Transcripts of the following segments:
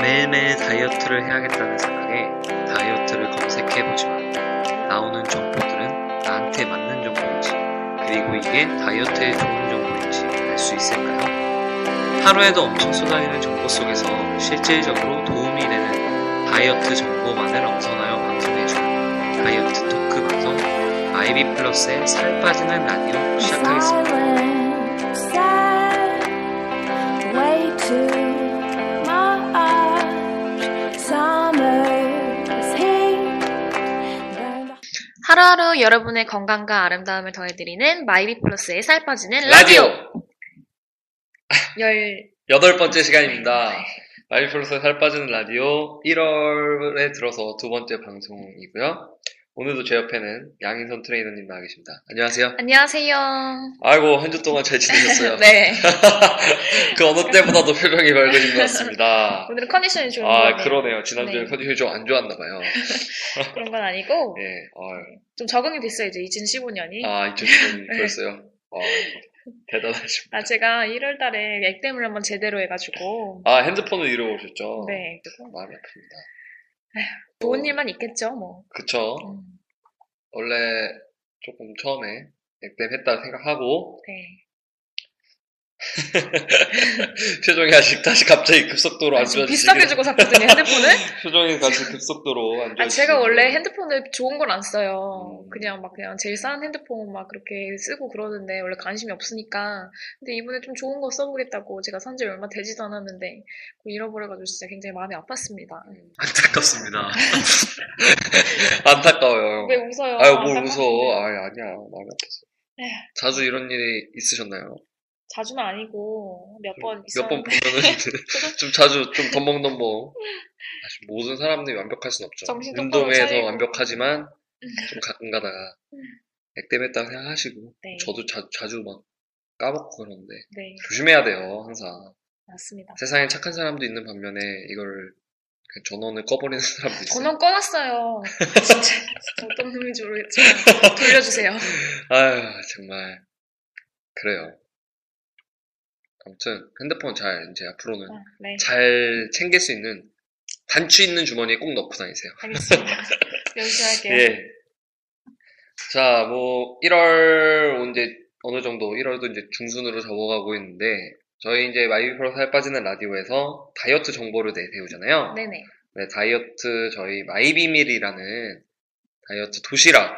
매일매일 다이어트를 해야겠다는 생각에 다이어트를 검색해보지만 나오는 정보들은 나한테 맞는 정보인지 그리고 이게 다이어트에 좋은 정보인지 알 수 있을까요? 하루에도 엄청 쏟아지는 정보 속에서 실질적으로 도움이 되는 다이어트 정보만을 엄선하여 방송해주는 다이어트 토크 방송 아이비 플러스의 살 빠지는 라디오 시작하겠습니다. Silent, sad, way too much. Summer's heat burned 하루하루 여러분의 건강과 아름다움을 더해드리는 마이비 플러스의 살 빠지는 라디오! 열, 여덟 번째 시간입니다. 마이프로스의 살 빠지는 라디오 1월에 들어서 두 번째 방송이고요. 오늘도 제 옆에는 양인선 트레이너님 나와 계십니다. 안녕하세요. 안녕하세요. 아이고 한 주 동안 잘 지내셨어요. 네. 그 어느 때보다도 표정이 밝으신 것 같습니다. 오늘은 컨디션이 좋은 아 거네요. 그러네요. 지난주에 네. 컨디션이 좀 안 좋았나 봐요. 그런 건 아니고, 예. 아유. 좀 적응이 됐어요, 이제 2015년이. 아. 아 이쪽은 네. 벌써요. 아, 대단하십니다. 아, 제가 1월 달에 액땜을 한번 제대로 해가지고, 아 핸드폰을 잃어버리셨죠. 네. 마음이 아픕니다. 좋은 일만 있겠죠, 뭐. 그쵸. 음, 원래 조금 처음에 액땜 했다 생각하고 네. 표정이 아직 다시 갑자기 급속도로 안 지금 좋아지시고 비싸게 주고 샀거든요, 핸드폰을. 표정이 다시 급속도로 안 좋아지시고 아, 제가 원래 핸드폰을 좋은 걸 안 써요. 음. 그냥 막 그냥 제일 싼 핸드폰 막 그렇게 쓰고 그러는데 원래 관심이 없으니까. 근데 이번에 좀 좋은 거 써보겠다고 제가 산지 얼마 되지도 않았는데 그거 잃어버려가지고 진짜 굉장히 마음이 아팠습니다. 안타깝습니다 안타까워요 왜 웃어요? 아유 뭘 안타깝네. 웃어 아 아니야 마음이 아파서 에휴. 자주 이런 일이 있으셨나요? 자주는 아니고 몇 번 몇 번 있었는데 보면은 좀 자주 좀 덤벙덤벙 사실 모든 사람들이 완벽할 순 없죠 정신 똑바로 운동에서 차리고. 음. 완벽하지만 좀 가끔 가다가 액땜했다고 생각하시고 네. 저도 자, 자주 막 까먹고 그러는데 네, 조심해야 돼요 항상 맞습니다. 세상에 착한 사람도 있는 반면에 이걸 그 전원을 꺼버리는 사람도 있어요. 전원 꺼놨어요. 진짜 어떤 놈인지 모르겠지만 돌려주세요. 아휴, 정말. 그래요. 아무튼 핸드폰 잘 이제 앞으로는 아, 네, 잘 챙길 수 있는 단추 있는 주머니에 꼭 넣고 다니세요. 알겠습니다. 연습할게요. 예. 자, 뭐 1월 이제 어느 정도 1월도 이제 중순으로 접어가고 있는데 저희 이제 마이비프로 살 빠지는 라디오에서 다이어트 정보를 내세우잖아요. 네네. 네, 다이어트 저희 마이비밀이라는 다이어트 도시락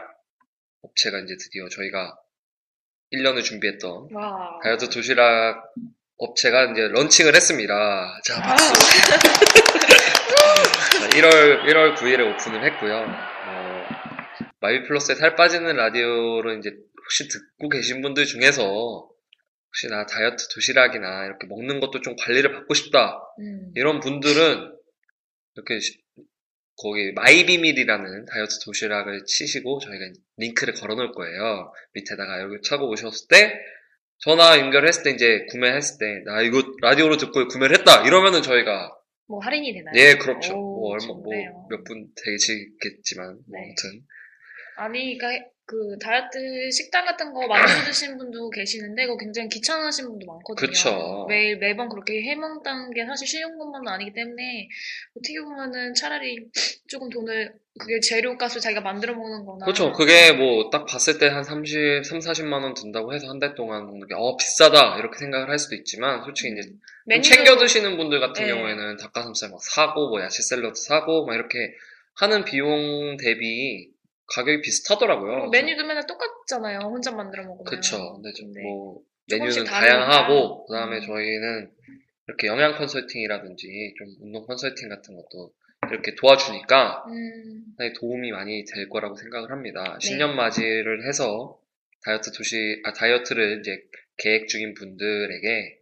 업체가 이제 드디어 저희가 1년을 준비했던 와. 다이어트 도시락 업체가 이제 런칭을 했습니다. 자, 박수. 자, 1월 1월 9일에 오픈을 했고요. 어, 마이비플러스의 살 빠지는 라디오를 이제 혹시 듣고 계신 분들 중에서 혹시나 다이어트 도시락이나 이렇게 먹는 것도 좀 관리를 받고 싶다. 음. 이런 분들은 이렇게 시- 거기 마이비밀이라는 다이어트 도시락을 치시고 저희가 링크를 걸어놓을 거예요. 밑에다가 여기 차고 오셨을 때 전화 연결했을 때 이제 구매했을 때 나 이거 라디오로 듣고 구매를 했다 이러면은 저희가 뭐 할인이 되나요? 예 그렇죠 오, 뭐 얼마 좋네요. 뭐몇 분 되시겠지만 뭐 네. 아무튼 아니, 그러니까 그 다이어트 식단 같은 거 만들어 드신 분도 계시는데 그거 굉장히 귀찮으신 분도 많거든요. 그쵸. 매일 매번 그렇게 해먹는 게 사실 쉬운 것만은 아니기 때문에 어떻게 보면은 차라리 조금 돈을 그게 재료값을 자기가 만들어 먹는 거나 그렇죠 그게 뭐 딱 봤을 때 한 30, 3, 40만 원 든다고 해서 한 달 동안 먹는 게 어 비싸다 이렇게 생각을 할 수도 있지만 솔직히 이제 좀 메뉴 챙겨 드시는 분들 같은 네. 경우에는 닭가슴살 막 사고 뭐 야채 샐러드 사고 막 이렇게 하는 비용 대비 가격이 비슷하더라고요. 그리고 어, 메뉴도 맨날 똑같잖아요. 혼자 만들어 먹으면. 그쵸. 근데 좀 근데 뭐 메뉴는 조금씩 다르니까. 다양하고 그다음에 음. 저희는 이렇게 영양 컨설팅이라든지 좀 운동 컨설팅 같은 것도 이렇게 도와주니까 음, 상당히 도움이 많이 될 거라고 생각을 합니다. 네. 신년 맞이를 해서 다이어트 도시 아 다이어트를 이제 계획 중인 분들에게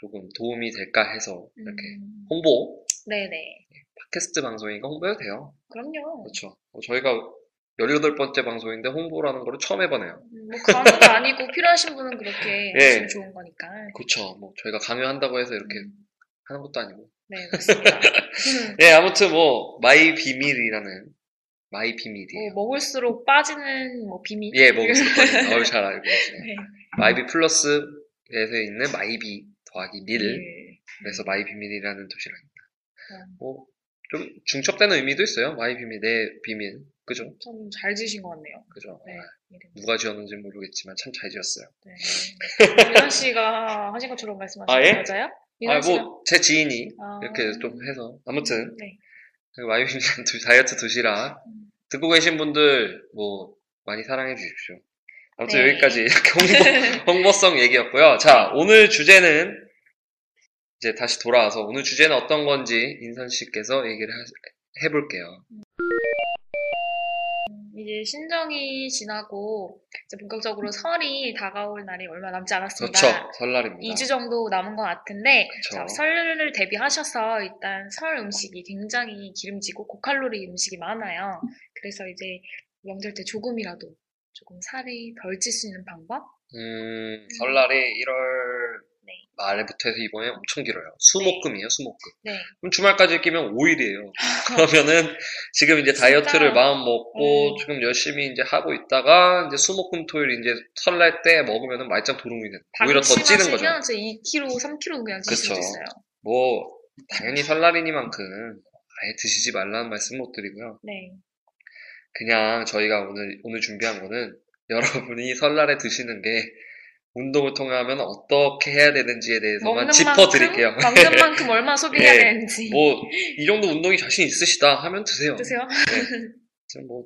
조금 도움이 될까 해서 이렇게 음, 홍보 네네. 팟캐스트 방송이니까 홍보해도 돼요. 그럼요. 뭐 그렇죠. 어, 저희가 18번째 방송인데 홍보라는 거를 처음 해보네요. 음, 뭐 강요도 아니고 필요하신 분은 그렇게 예. 하시면 좋은 거니까. 그렇죠. 뭐 저희가 강요한다고 해서 이렇게 음, 하는 것도 아니고. 네, 맞습니다. 음, 예, 아무튼 뭐 마이 비밀이라는 마이 뭐 비밀이에요. 먹을수록 빠지는 뭐 비밀. 예, 먹을 수 있거든요. 잘 알고 계시네. 네. 마이비 플러스에서 있는 마이비 더하기 밀. 예. 그래서 마이 비밀이라는 도시락입니다. 음. 뭐, 좀 중첩되는 의미도 있어요. 마이 비밀, 내 비밀. 그죠? 참 잘 지으신 것 같네요. 그죠? 네. 아, 이름. 누가 지었는지 모르겠지만 참 잘 지었어요. 네. 민환 씨가 하신 것처럼 말씀하신 아, 예? 맞아요? 민환 아, 씨가? 뭐, 제 지인이 아. 이렇게 좀 해서. 아무튼, 그 네. 마이 비밀이라는 도- 다이어트 도시락. 음. 듣고 계신 분들, 뭐, 많이 사랑해 주십시오. 아무튼 네. 여기까지 이렇게 홍보, 홍보성 얘기였고요. 자, 오늘 주제는 이제 다시 돌아와서 오늘 주제는 어떤 건지 인선 씨께서 얘기를 하- 해볼게요. 이제 신정이 지나고 이제 본격적으로 설이 다가올 날이 얼마 남지 않았습니다. 그렇죠. 어. 설날입니다. 그렇죠. 2주 정도 남은 것 같은데 그쵸. 자, 설을 대비하셔서 일단 설 음식이 굉장히 기름지고 고칼로리 음식이 많아요. 그래서 이제 명절 때 조금이라도 조금 살이 덜 찔 수 있는 방법? 음, 설날이 1월 네. 말부터 해서 이번에 엄청 길어요. 수목금이에요, 수목금. 네. 그럼 주말까지 끼면 5일이에요. 그러면은 지금 이제 다이어트를 진짜. 마음 먹고 음. 지금 열심히 이제 하고 있다가 이제 수목금 토일 이제 설날 때 먹으면은 말짱 도루묵이 돼. 오히려 더 찌는 거죠. 방심하시면 진짜 2kg, 3kg 그냥 찔 수도 그쵸. 있어요. 뭐 당연히 설날이니만큼 아예 드시지 말라는 말씀 못 드리고요. 네. 그냥 저희가 오늘 오늘 준비한 거는 여러분이 설날에 드시는 게 운동을 통해 하면 어떻게 해야 되는지에 대해서만 짚어 드릴게요. 만큼, 먹는 만큼 얼마 소비해야 예. 되는지. 뭐 이 정도 운동이 자신 있으시다 하면 드세요. 드세요? 지금 뭐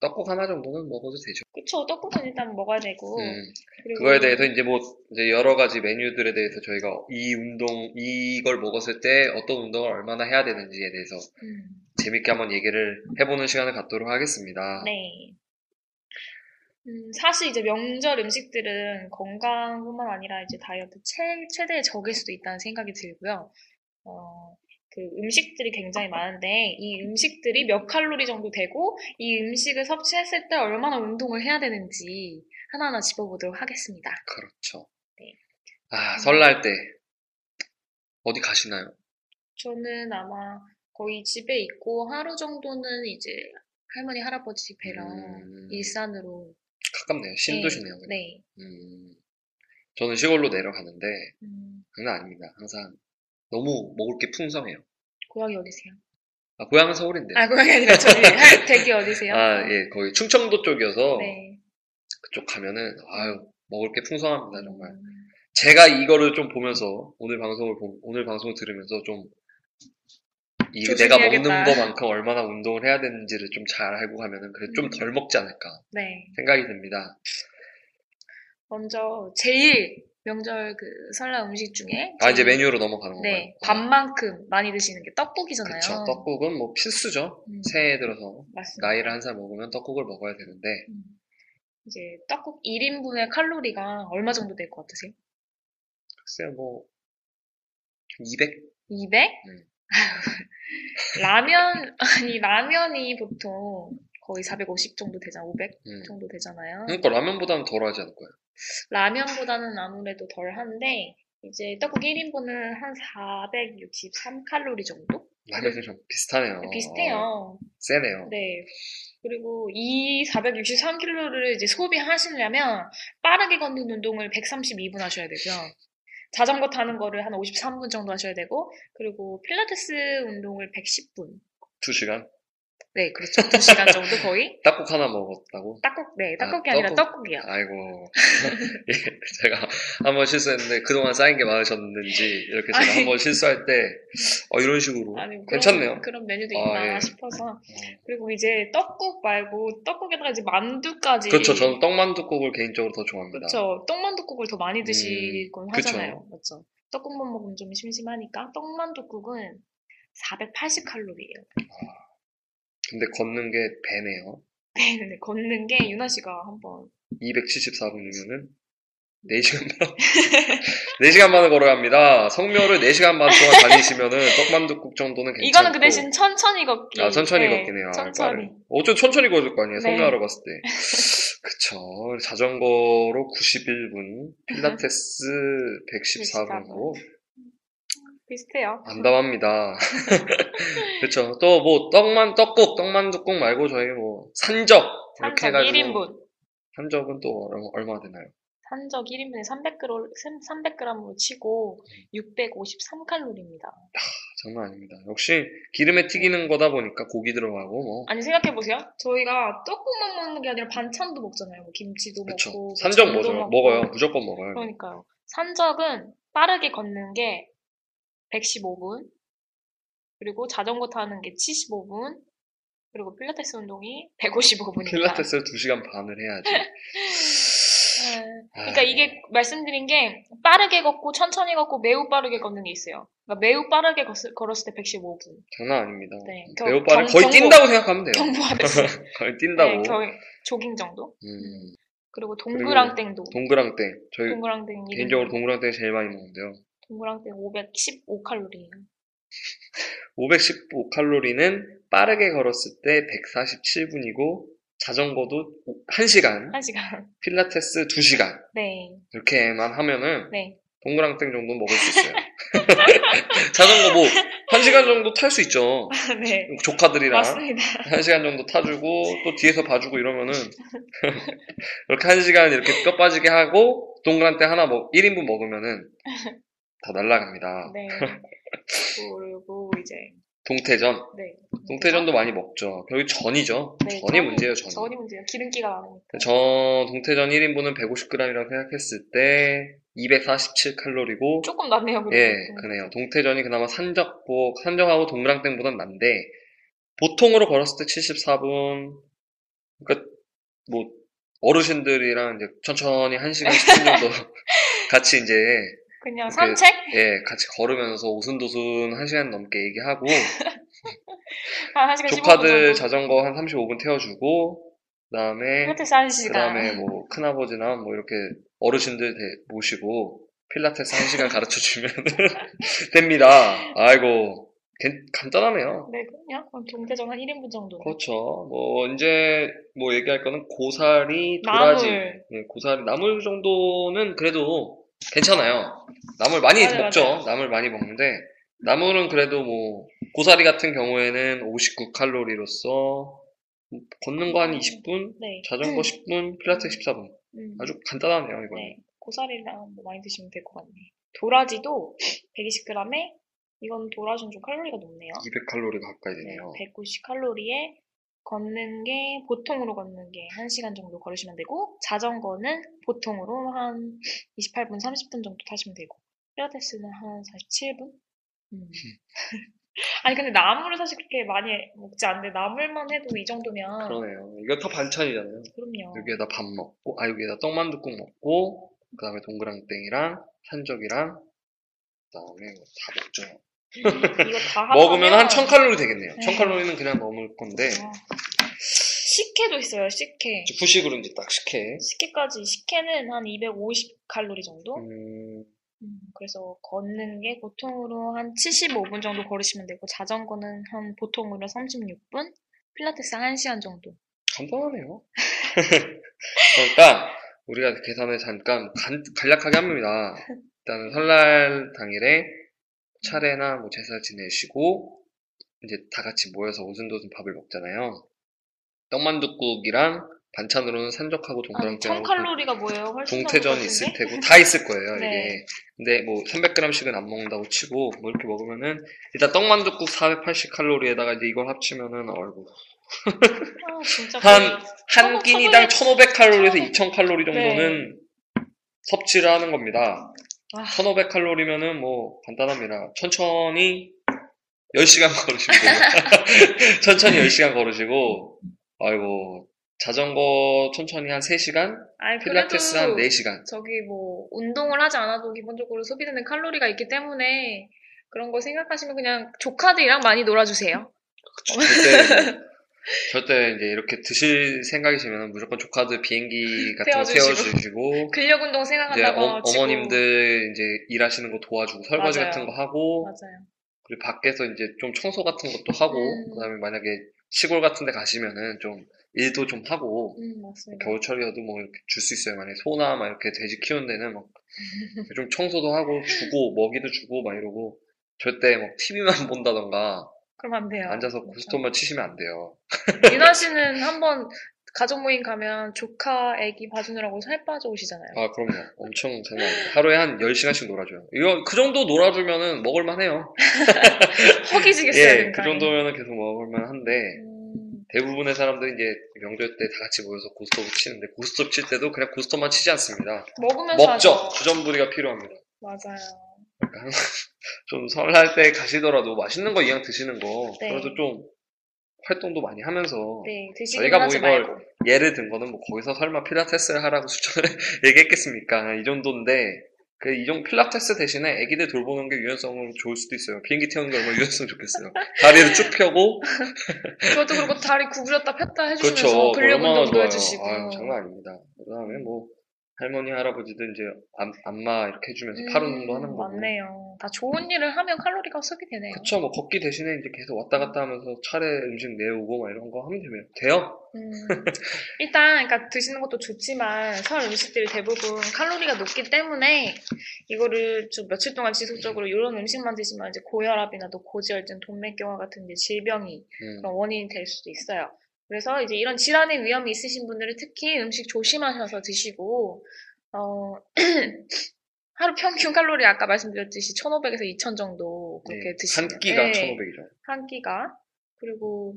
떡국 하나 정도는 먹어도 되죠. 그쵸, 떡국은 일단 먹어야 되고. 음, 그리고 그거에 대해서 이제 뭐 이제 여러 가지 메뉴들에 대해서 저희가 이 운동 이걸 먹었을 때 어떤 운동을 얼마나 해야 되는지에 대해서 음, 재밌게 한번 얘기를 해보는 시간을 갖도록 하겠습니다. 네. 음, 사실 이제 명절 음식들은 건강뿐만 아니라 이제 다이어트 최, 최대의 적일 수도 있다는 생각이 들고요. 어, 그 음식들이 굉장히 많은데 이 음식들이 몇 칼로리 정도 되고 이 음식을 섭취했을 때 얼마나 운동을 해야 되는지 하나하나 짚어보도록 하겠습니다. 그렇죠. 네. 아, 설날 때 어디 가시나요? 저는 아마 거의 집에 있고 하루 정도는 이제 할머니, 할아버지 뵈러 음. 일산으로. 가깝네요. 신도시네요. 네. 네. 음, 저는 시골로 내려가는데 음, 장난 아닙니다. 항상 너무 먹을 게 풍성해요. 고향이 어디세요? 아, 고향은 서울인데. 아, 고향이 아니라 저기 댁이 어디세요? 아, 예, 거기 충청도 쪽이어서 네. 그쪽 가면은 아유 먹을 게 풍성합니다 어, 정말. 음, 제가 이거를 좀 보면서 오늘 방송을 보- 오늘 방송을 들으면서 좀 이, 내가 먹는 조심해야겠다. 거만큼 얼마나 운동을 해야 되는지를 좀 잘 알고 가면은 그래 좀 덜 음. 먹지 않을까 네. 생각이 듭니다. 먼저 제일 명절 그 설날 음식 중에 아 이제 제일- 메뉴로 넘어가는 건가요? 네. 밥만큼 많이 드시는 게 떡국이잖아요. 그쵸. 떡국은 뭐 필수죠. 음. 새해에 들어서 맞습니다. 나이를 한 살 먹으면 떡국을 먹어야 되는데 음. 이제 떡국 1인분의 칼로리가 얼마 정도 될 것 같으세요? 글쎄요 뭐 200? 200? 음. 라면, 아니, 라면이 보통 거의 450 정도 되잖아, 500 음. 정도 되잖아요. 그러니까 라면보다는 덜하지 않을까요? 라면보다는 아무래도 덜 한데, 이제 떡국 1인분은 한 463칼로리 정도? 라면이랑 비슷하네요. 비슷해요. 세네요. 네. 그리고 이 463칼로리를 이제 소비하시려면 빠르게 걷는 운동을 132분 하셔야 되고요. 자전거 타는 거를 한 53분 정도 하셔야 되고, 그리고 필라테스 운동을 110분. 두 시간? 네, 그렇죠. 2시간 정도 거의. 떡국 하나 먹었다고? 떡국, 네, 아, 떡국이 아니라 떡국. 떡국이요. 아이고. 예, 제가 한 번 실수했는데 그동안 쌓인 게 많으셨는지 이렇게 제가 아니. 한 번 실수할 때 어, 이런 식으로 아니, 그런, 괜찮네요. 그런 메뉴도 아, 있나 예. 싶어서. 그리고 이제 떡국 말고 떡국에다가 이제 만두까지. 그렇죠. 저는 떡만둣국을 개인적으로 더 좋아합니다. 그렇죠. 떡만둣국을 더 많이 드시곤 음, 그쵸. 하잖아요. 맞죠. 떡국만 먹으면 좀 심심하니까. 떡만둣국은 480칼로리예요. 근데 걷는 게 배네요. 걷는 게 유나 씨가 한번 274분이면은 4시간 반. 4시간 반을 걸어갑니다. 성묘를 4시간 반 동안 다니시면은 떡만둣국 정도는 괜찮고. 이거는 그 대신 천천히 걷기. 아, 천천히 네, 걷긴 해요. 천천히. 어쩌 천천히 걸을 거 아니에요. 네. 성묘하러 갔을 때. 그쵸. 자전거로 91분, 필라테스 114분으로 비슷해요. 안담합니다. 그쵸. 또 뭐, 떡만, 떡국, 떡만둣국 말고 저희 뭐, 산적. 이렇게 산적 해가지고. 1인분. 산적은 또 얼마, 얼마 되나요? 아, 산적 1인분에 300g, 300g으로 치고 653칼로리입니다. 장난 아닙니다. 역시 기름에 튀기는 거다 보니까 고기 들어가고 뭐. 아니 생각해보세요. 저희가 떡국만 먹는 게 아니라 반찬도 먹잖아요. 뭐 김치도 그쵸. 먹고 산적 전도 먹어요. 먹고. 먹어요. 무조건 먹어요. 그러니까요. 산적은 빠르게 걷는 게 115분, 그리고 자전거 타는 게 75분, 그리고 필라테스 운동이 155분입니다. 필라테스를 2시간 반을 해야지. 아, 그러니까 이게 말씀드린 게 빠르게 걷고 천천히 걷고 매우 빠르게 걷는 게 있어요. 그러니까 매우 빠르게 걷을- 걸었을 때 115분. 장난 아닙니다. 네. 매우 경- 빠르 경- 거의 경보. 뛴다고 생각하면 돼요. 경보하듯이. 거의 뛴다고. 네, 겨- 조깅 정도. 음, 그리고 동그랑땡도. 동그랑땡. 저희 동그랑땡 이름이- 개인적으로 동그랑땡 제일 많이 먹는데요. 동그랑땡 515칼로리예요. 515 칼로리는 빠르게 걸었을 때 147분이고 자전거도 1시간, 1시간. 필라테스 2시간 네. 이렇게만 하면은 네. 동그랑땡 정도 는 먹을 수 있어요. 자전거 뭐 1시간 정도 탈 수 있죠. 네. 조카들이랑 맞습니다. 한 시간 정도 타주고 또 뒤에서 봐주고 이러면은 이렇게 한 시간 이렇게 뼈 빠지게 하고 동그란 때 하나 먹 1인분 먹으면은 다 날라갑니다. 네. 그리고 이제 동태전, 네. 동태전도 많이 먹죠. 결국 전이죠. 네, 전이 문제예요, 전. 전이 문제예요. 기름기가 많으니까. 전 동태전 1인분은 150g이라고 생각했을 때 247칼로리고 조금 낫네요, 그래도. 예, 그네요. 동태전이 그나마 산적복, 산적하고 동그랑땡보단 난데, 보통으로 걸었을 때 74분, 그러니까, 뭐, 어르신들이랑 이제 천천히 1시간 10분 정도 같이 이제, 그냥 이렇게- 산책? 예, 같이 걸으면서 오순도순 1시간 넘게 얘기하고, 한 1시간 15분 조카들 정도. 자전거 한 35분 태워주고, 그 다음에, 필라테스 1시간. 그 다음에 뭐, 큰아버지나 뭐 이렇게 어르신들 대- 모시고, 필라테스 한 시간 가르쳐 주면 됩니다. 아이고, 괜- 간단하네요. 네, 그냥 경제전 한 1인분 정도. 그렇죠. 뭐, 이제, 뭐, 얘기할 거는 고사리, 도라지. 나물. 예, 고사리, 나물 정도는 그래도 괜찮아요. 나물 많이 맞아요, 먹죠. 맞아요. 나물 많이 먹는데, 나물은 그래도 뭐, 고사리 같은 경우에는 59칼로리로서, 걷는 거 한 20분? 네. 자전거 10분, 필라테스 14분. 음. 아주 간단하네요, 이거는. 네. 고사리랑 뭐 많이 드시면 될 것 같네요. 도라지도 120g에, 이건 도라지는 좀 칼로리가 높네요. 200칼로리가 가까이 되네요. 190칼로리에 걷는 게, 보통으로 걷는 게 1시간 정도 걸으시면 되고, 자전거는 보통으로 한 28분, 30분 정도 타시면 되고, 필라테스는 한 47분? 음. 아니, 근데 나물을 사실 그렇게 많이 먹지 않는데, 나물만 해도 이 정도면, 그러네요. 이거 다 반찬이잖아요. 그럼요. 여기에다 밥 먹고, 아, 여기에다 떡만둣국 먹고, 그 다음에 동그랑땡이랑, 산적이랑, 그 다음에 다 먹죠. 이거 다 하면 먹으면 한 1000칼로리 되겠네요. 네. 1000칼로리는 그냥 먹을 건데, 식혜도 있어요, 식혜. 이제 후식으로 이제 딱 식혜. 식혜까지, 식혜는 한 250칼로리 정도? 음, 음, 그래서 걷는 게 보통으로 한 75분 정도 걸으시면 되고, 자전거는 한 보통으로 36분, 필라테스 1시간 정도. 간단하네요. 그러니까, 우리가 계산을 잠깐 간, 간략하게 합니다. 일단은 설날 당일에 차례나 뭐 제사 지내시고, 이제 다 같이 모여서 오순도순 밥을 먹잖아요. 떡만둣국이랑 반찬으로는 산적하고 아니, 동그랑땡하고 칼로리가 뭐예요? 훨씬 더 동태전이 먹을 것 있을 같은데? 테고 다 있을 거예요 네. 이게 근데 뭐 300g씩은 안 먹는다고 치고 뭐 이렇게 먹으면은 일단 떡만둣국 480 칼로리에다가 이제 이걸 합치면은 얼굴 아, 진짜 한- 거의- 한 어, 끼니당 저번에- 1500 칼로리에서 저번에- 2000 칼로리 정도는 섭취를 하는 겁니다 네. 아. 1500 칼로리면은 뭐 간단합니다 천천히 10시간 걸으시면 돼요 천천히 10시간 걸으시고 아이고 자전거 천천히 한 3시간 아니, 필라테스 그래도 한 4시간 저기 뭐, 운동을 하지 않아도 기본적으로 소비되는 칼로리가 있기 때문에, 어. 그런 거 생각하시면 그냥 조카들이랑 많이 놀아주세요. 절대 뭐 절대 이제 이렇게 드실 생각이시면 무조건 조카들 비행기 같은 거 태워주시고. 태워주시고 근력 운동 이제 생각한다고 어, 치고. 머님들 이제 일하시는 거 도와주고 설거지 맞아요. 같은 거 하고 맞아요. 그리고 밖에서 이제 좀 청소 같은 것도 하고 음. 그다음에 만약에 시골 같은 데 가시면은 좀 일도 좀 하고 음, 맞습니다. 겨울철이어도 뭐 이렇게 줄 수 있어요. 만약에 소나 막 이렇게 돼지 키우는 데는 막 좀 청소도 하고 주고 먹이도 주고 막 이러고 절대 막 TV만 본다던가 그럼 안 돼요. 앉아서 그렇죠. 고스톱만 치시면 안 돼요. 민아 씨는 한번 가족 모임 가면 조카 애기 봐주느라고 살 빠져오시잖아요. 아, 그럼요. 엄청 장난 아니에요. 하루에 한 10시간씩 놀아줘요. 이거 그 정도 놀아주면은 먹을만 해요. 허기지겠어요, 예, 그러니까. 그 정도면은 계속 먹을만 한데 음, 대부분의 사람들이 이제 명절 때 다 같이 모여서 고스톱을 치는데 고스톱 칠 때도 그냥 고스톱만 치지 않습니다. 먹으면서 먹죠. 하죠. 주전부리가 필요합니다. 맞아요. 좀 설날 때 가시더라도 맛있는 거 이왕 드시는 거 네. 그래도 좀 활동도 많이 하면서 네, 드시기만 저희가 뭐 하지 이걸 말고. 예를 든 거는 뭐 거기서 설마 필라테스를 하라고 추천을 얘기했겠습니까? 이 정도인데 그 이 정도 필라테스 대신에 애기들 돌보는 게 유연성은 좋을 수도 있어요. 비행기 태우는 게 얼마나 유연성 좋겠어요. 다리를 쭉 펴고 그것도 그리고 다리 구부렸다 폈다 해주면서 그렇죠. 근력 얼마나 운동도 좋아요. 해주시고. 아유, 장난 아닙니다. 그다음에 뭐 할머니 할아버지들 이제 안, 안마 이렇게 해주면서 음, 팔 운동도 하는 거고. 맞네요. 다 좋은 일을 하면 칼로리가 소비 되네요. 그쵸, 뭐, 걷기 대신에 이제 계속 왔다 갔다 하면서 차례 음식 내오고 막 이런 거 하면 되면 돼요. 음, 일단, 그러니까 드시는 것도 좋지만 설 음식들이 대부분 칼로리가 높기 때문에 이거를 좀 며칠 동안 지속적으로 이런 음식만 드시면 이제 고혈압이나 또 고지혈증, 동맥경화 같은 이제 질병이 음, 그런 원인이 될 수도 있어요. 그래서 이제 이런 질환의 위험이 있으신 분들은 특히 음식 조심하셔서 드시고, 어, 하루 평균 칼로리 아까 말씀드렸듯이 1,500에서 2,000 정도 그렇게 네, 드시면 한 끼가 네, 1,500이죠. 한 끼가 그리고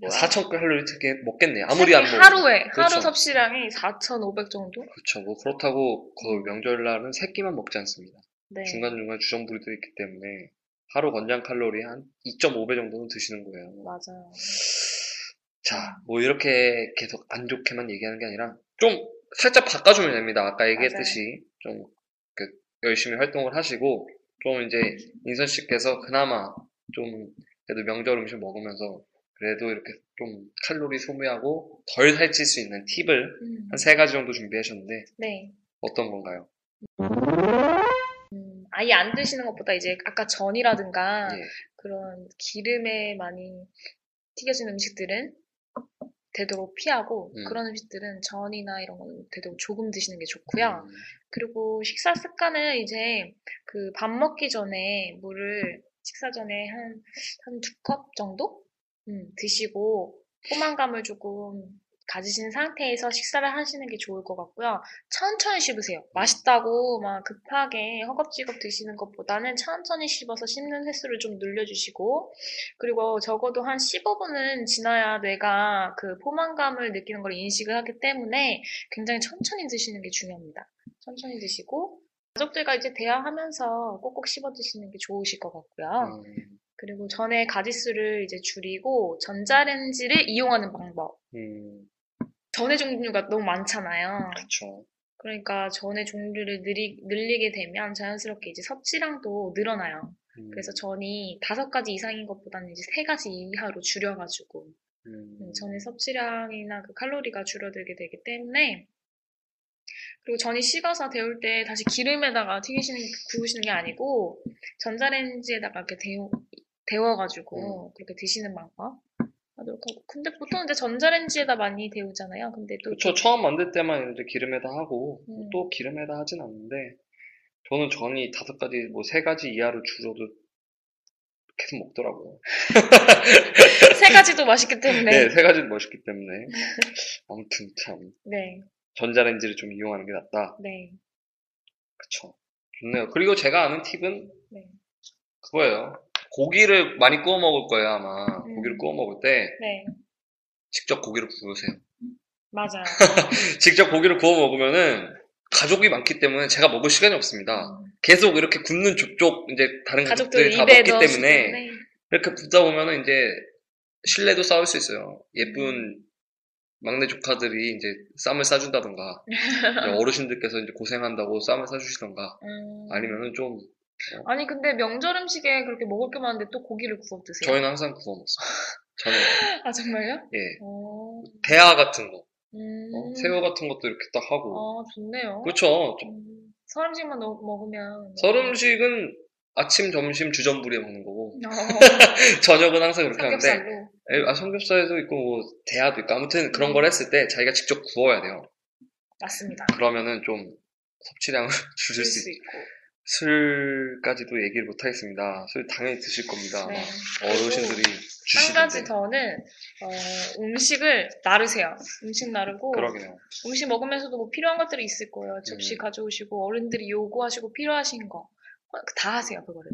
뭐야? 4,000 칼로리 특히 먹겠네. 아무리 안 특히 먹어도. 하루에 하루 그렇죠. 섭취량이 4,500 정도? 그렇죠. 뭐, 그렇다고 그 명절날은 세 끼만 먹지 않습니다. 음. 네. 중간중간 주전부리도 있기 때문에 하루 권장 칼로리 한 2.5배 정도는 드시는 거예요. 맞아요. 자, 뭐 이렇게 계속 안 좋게만 얘기하는 게 아니라 좀 살짝 바꿔주면 됩니다. 아까 얘기했듯이 좀 그, 열심히 활동을 하시고 좀 이제 인선 씨께서 그나마 좀 그래도 명절 음식 먹으면서 그래도 이렇게 좀 칼로리 소모하고 덜 살찔 수 있는 팁을 음, 한 세 가지 정도 준비하셨는데 네. 어떤 건가요? 음, 아예 안 드시는 것보다 이제 아까 전이라든가 예. 그런 기름에 많이 튀겨진 음식들은 되도록 피하고 음. 그런 음식들은 전이나 이런 거는 되도록 조금 드시는 게 좋고요. 음, 그리고 식사 습관은 이제 그 밥 먹기 전에 물을 식사 전에 한, 한 두 컵 정도? 음, 드시고 포만감을 조금 가지신 상태에서 식사를 하시는 게 좋을 것 같고요. 천천히 씹으세요. 맛있다고 막 급하게 허겁지겁 드시는 것보다는 천천히 씹어서 씹는 횟수를 좀 늘려주시고, 그리고 적어도 한 15분은 지나야 뇌가 그 포만감을 느끼는 걸 인식을 하기 때문에 굉장히 천천히 드시는 게 중요합니다. 천천히 드시고 가족들과 이제 대화하면서 꼭꼭 씹어 드시는 게 좋으실 것 같고요. 음, 그리고 전에 가짓수를 이제 줄이고 전자레인지를 이용하는 방법. 음, 전의 종류가 너무 많잖아요. 그렇죠. 그러니까 전의 종류를 늘리, 늘리게 되면 자연스럽게 이제 섭취량도 늘어나요. 음, 그래서 전이 다섯 가지 이상인 것보다는 이제 세 가지 이하로 줄여가지고 음, 음, 전의 섭취량이나 그 칼로리가 줄어들게 되기 때문에 그리고 전이 식어서 데울 때 다시 기름에다가 튀기시는 구우시는 게 아니고 전자레인지에다가 이렇게 데워 음. 데워가지고 그렇게 드시는 방법 하도록 하고 근데 보통 이제 전자레인지에다 많이 데우잖아요. 근데 또 그렇죠. 처음 만들 때만 이제 기름에다 하고 음. 또 기름에다 하진 않는데 저는 전이 다섯 가지 뭐 세 가지 이하로 줄여도 계속 먹더라고요. 세 가지도 맛있기 네, 때문에 세 가지도 맛있기 때문에 아무튼 참 네, 전자레인지를 좀 이용하는 게 낫다. 네, 그쵸. 좋네요. 그리고 제가 아는 팁은 네, 그거예요. 고기를 많이 구워 먹을 거예요, 아마. 음. 고기를 구워 먹을 때 네, 직접 고기를 구우세요. 맞아요. 직접 고기를 구워 먹으면은 가족이 많기 때문에 제가 먹을 시간이 없습니다. 음, 계속 이렇게 굽는 족족 이제 다른 가족들 가족들이 다 입에 먹기 넣었기 때문에 때문에 이렇게 굽다 보면은 이제 신뢰도 쌓을 수 있어요. 예쁜 막내 조카들이 이제 쌈을 싸준다던가, 이제 어르신들께서 이제 고생한다고 쌈을 싸주시던가, 음. 아니면은 좀, 아니, 근데 명절 음식에 그렇게 먹을 게 많은데 또 고기를 구워 드세요? 저희는 항상 구워 먹어요. 저는 아, 정말요? 예 오, 대하 같은 거, 음. 어, 새우 같은 것도 이렇게 딱 하고 아, 좋네요. 그렇죠. 좀 음, 설 음식만 넣- 먹으면. 설 음식은 아침, 점심, 주전부리에 먹는 거고 어, 네. 저녁은 항상 그렇게 하는데 삼겹살로. 에, 아, 삼겹살도 있고 뭐 대하도 있고 아무튼 그런 걸 했을 때 자기가 직접 구워야 돼요. 맞습니다. 그러면은 좀 섭취량을 줄일 드실 수 수 있. 있고. 술까지도 얘기를 못 하겠습니다. 술 당연히 드실 겁니다. 네. 아마 어르신들이 한 주시는데. 가지 더는 어, 음식을 나르세요. 음식 나르고 그러게요. 음식 먹으면서도 뭐 필요한 것들이 있을 거예요. 접시 음. 가져오시고 어른들이 요구하시고 필요하신 거. 어, 다 하세요, 그거를.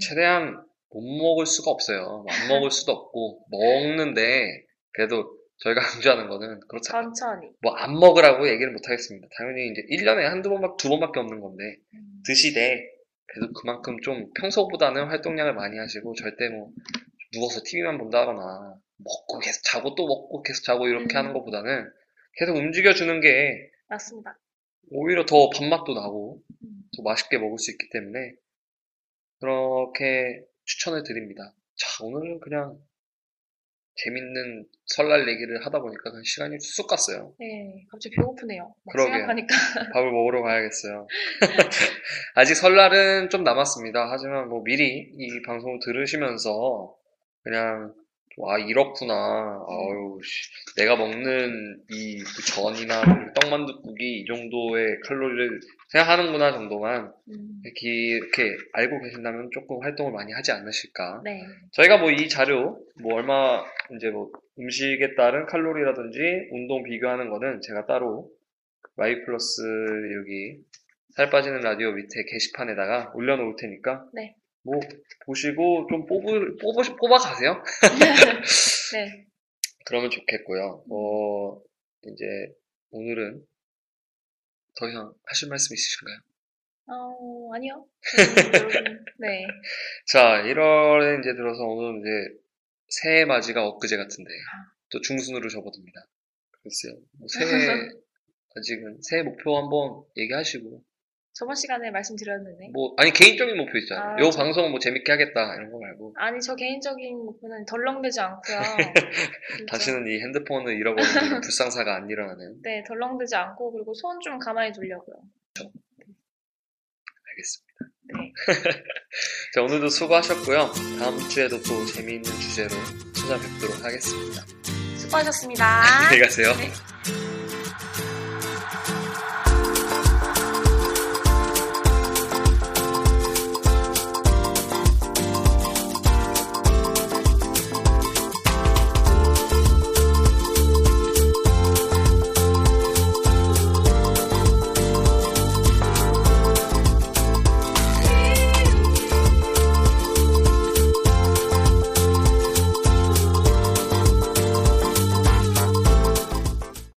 최대한 못 먹을 수가 없어요. 안 먹을 수도 없고 먹는데 그래도 저희가 강조하는 거는 그렇잖아요. 천천히. 뭐 안 먹으라고 얘기를 못 하겠습니다. 당연히 이제 1년에 한두 번밖에 두 번밖에 없는 건데 음. 드시되 그래도 그만큼 좀 평소보다는 활동량을 많이 하시고 절대 뭐 누워서 TV만 본다거나 먹고 계속 자고 또 먹고 계속 자고 이렇게 음. 하는 것보다는 계속 움직여주는 게 맞습니다. 오히려 더 밥맛도 나고 음. 더 맛있게 먹을 수 있기 때문에 그렇게 추천을 드립니다. 자, 오늘은 그냥 재밌는 설날 얘기를 하다 보니까 그냥 시간이 쑥 갔어요. 네, 갑자기 배고프네요. 막 그러게요. 생각하니까. 밥을 먹으러 가야겠어요. 아직 설날은 좀 남았습니다. 하지만 뭐 미리 이 방송을 들으시면서 그냥 좀 아, 이렇구나. 아유, 씨, 내가 먹는 이그 전이나 뭐 떡만둣국이 이 정도의 칼로리를 생각하는구나 정도만 음. 이렇게, 이렇게 알고 계신다면 조금 활동을 많이 하지 않으실까. 네. 저희가 뭐 이 자료, 뭐 얼마, 이제 뭐 음식에 따른 칼로리라든지 운동 비교하는 거는 제가 따로 Y 플러스 여기 살 빠지는 라디오 밑에 게시판에다가 올려놓을 테니까. 네. 뭐 보시고 좀 뽑을, 뽑으시, 뽑아가세요. 네. 그러면 좋겠고요. 어, 이제 오늘은 더 이상 하실 말씀 있으신가요? 어, 아니요. 음, 여러분, 네. 자, 1월에 이제 들어서 오늘 이제 새해 맞이가 엊그제 같은데 아. 또 중순으로 접어듭니다. 글쎄요. 뭐 새해 아직은 새해 목표 한번 얘기하시고 저번 시간에 말씀드렸는데. 뭐 아니 개인적인 목표 있잖아요. 아, 요 저- 방송 뭐 재밌게 하겠다 이런 거 말고 아니, 저 개인적인 목표는 덜렁대지 않고요. 진짜. 다시는 이 핸드폰을 잃어버리는 이런 불상사가 안 일어나는 네, 덜렁대지 않고, 그리고 손 좀 가만히 두려고요. 알겠습니다. 네. 자, 오늘도 수고하셨고요. 다음 주에도 또 재미있는 주제로 찾아뵙도록 하겠습니다. 수고하셨습니다. 안녕히 가세요. 아, 네.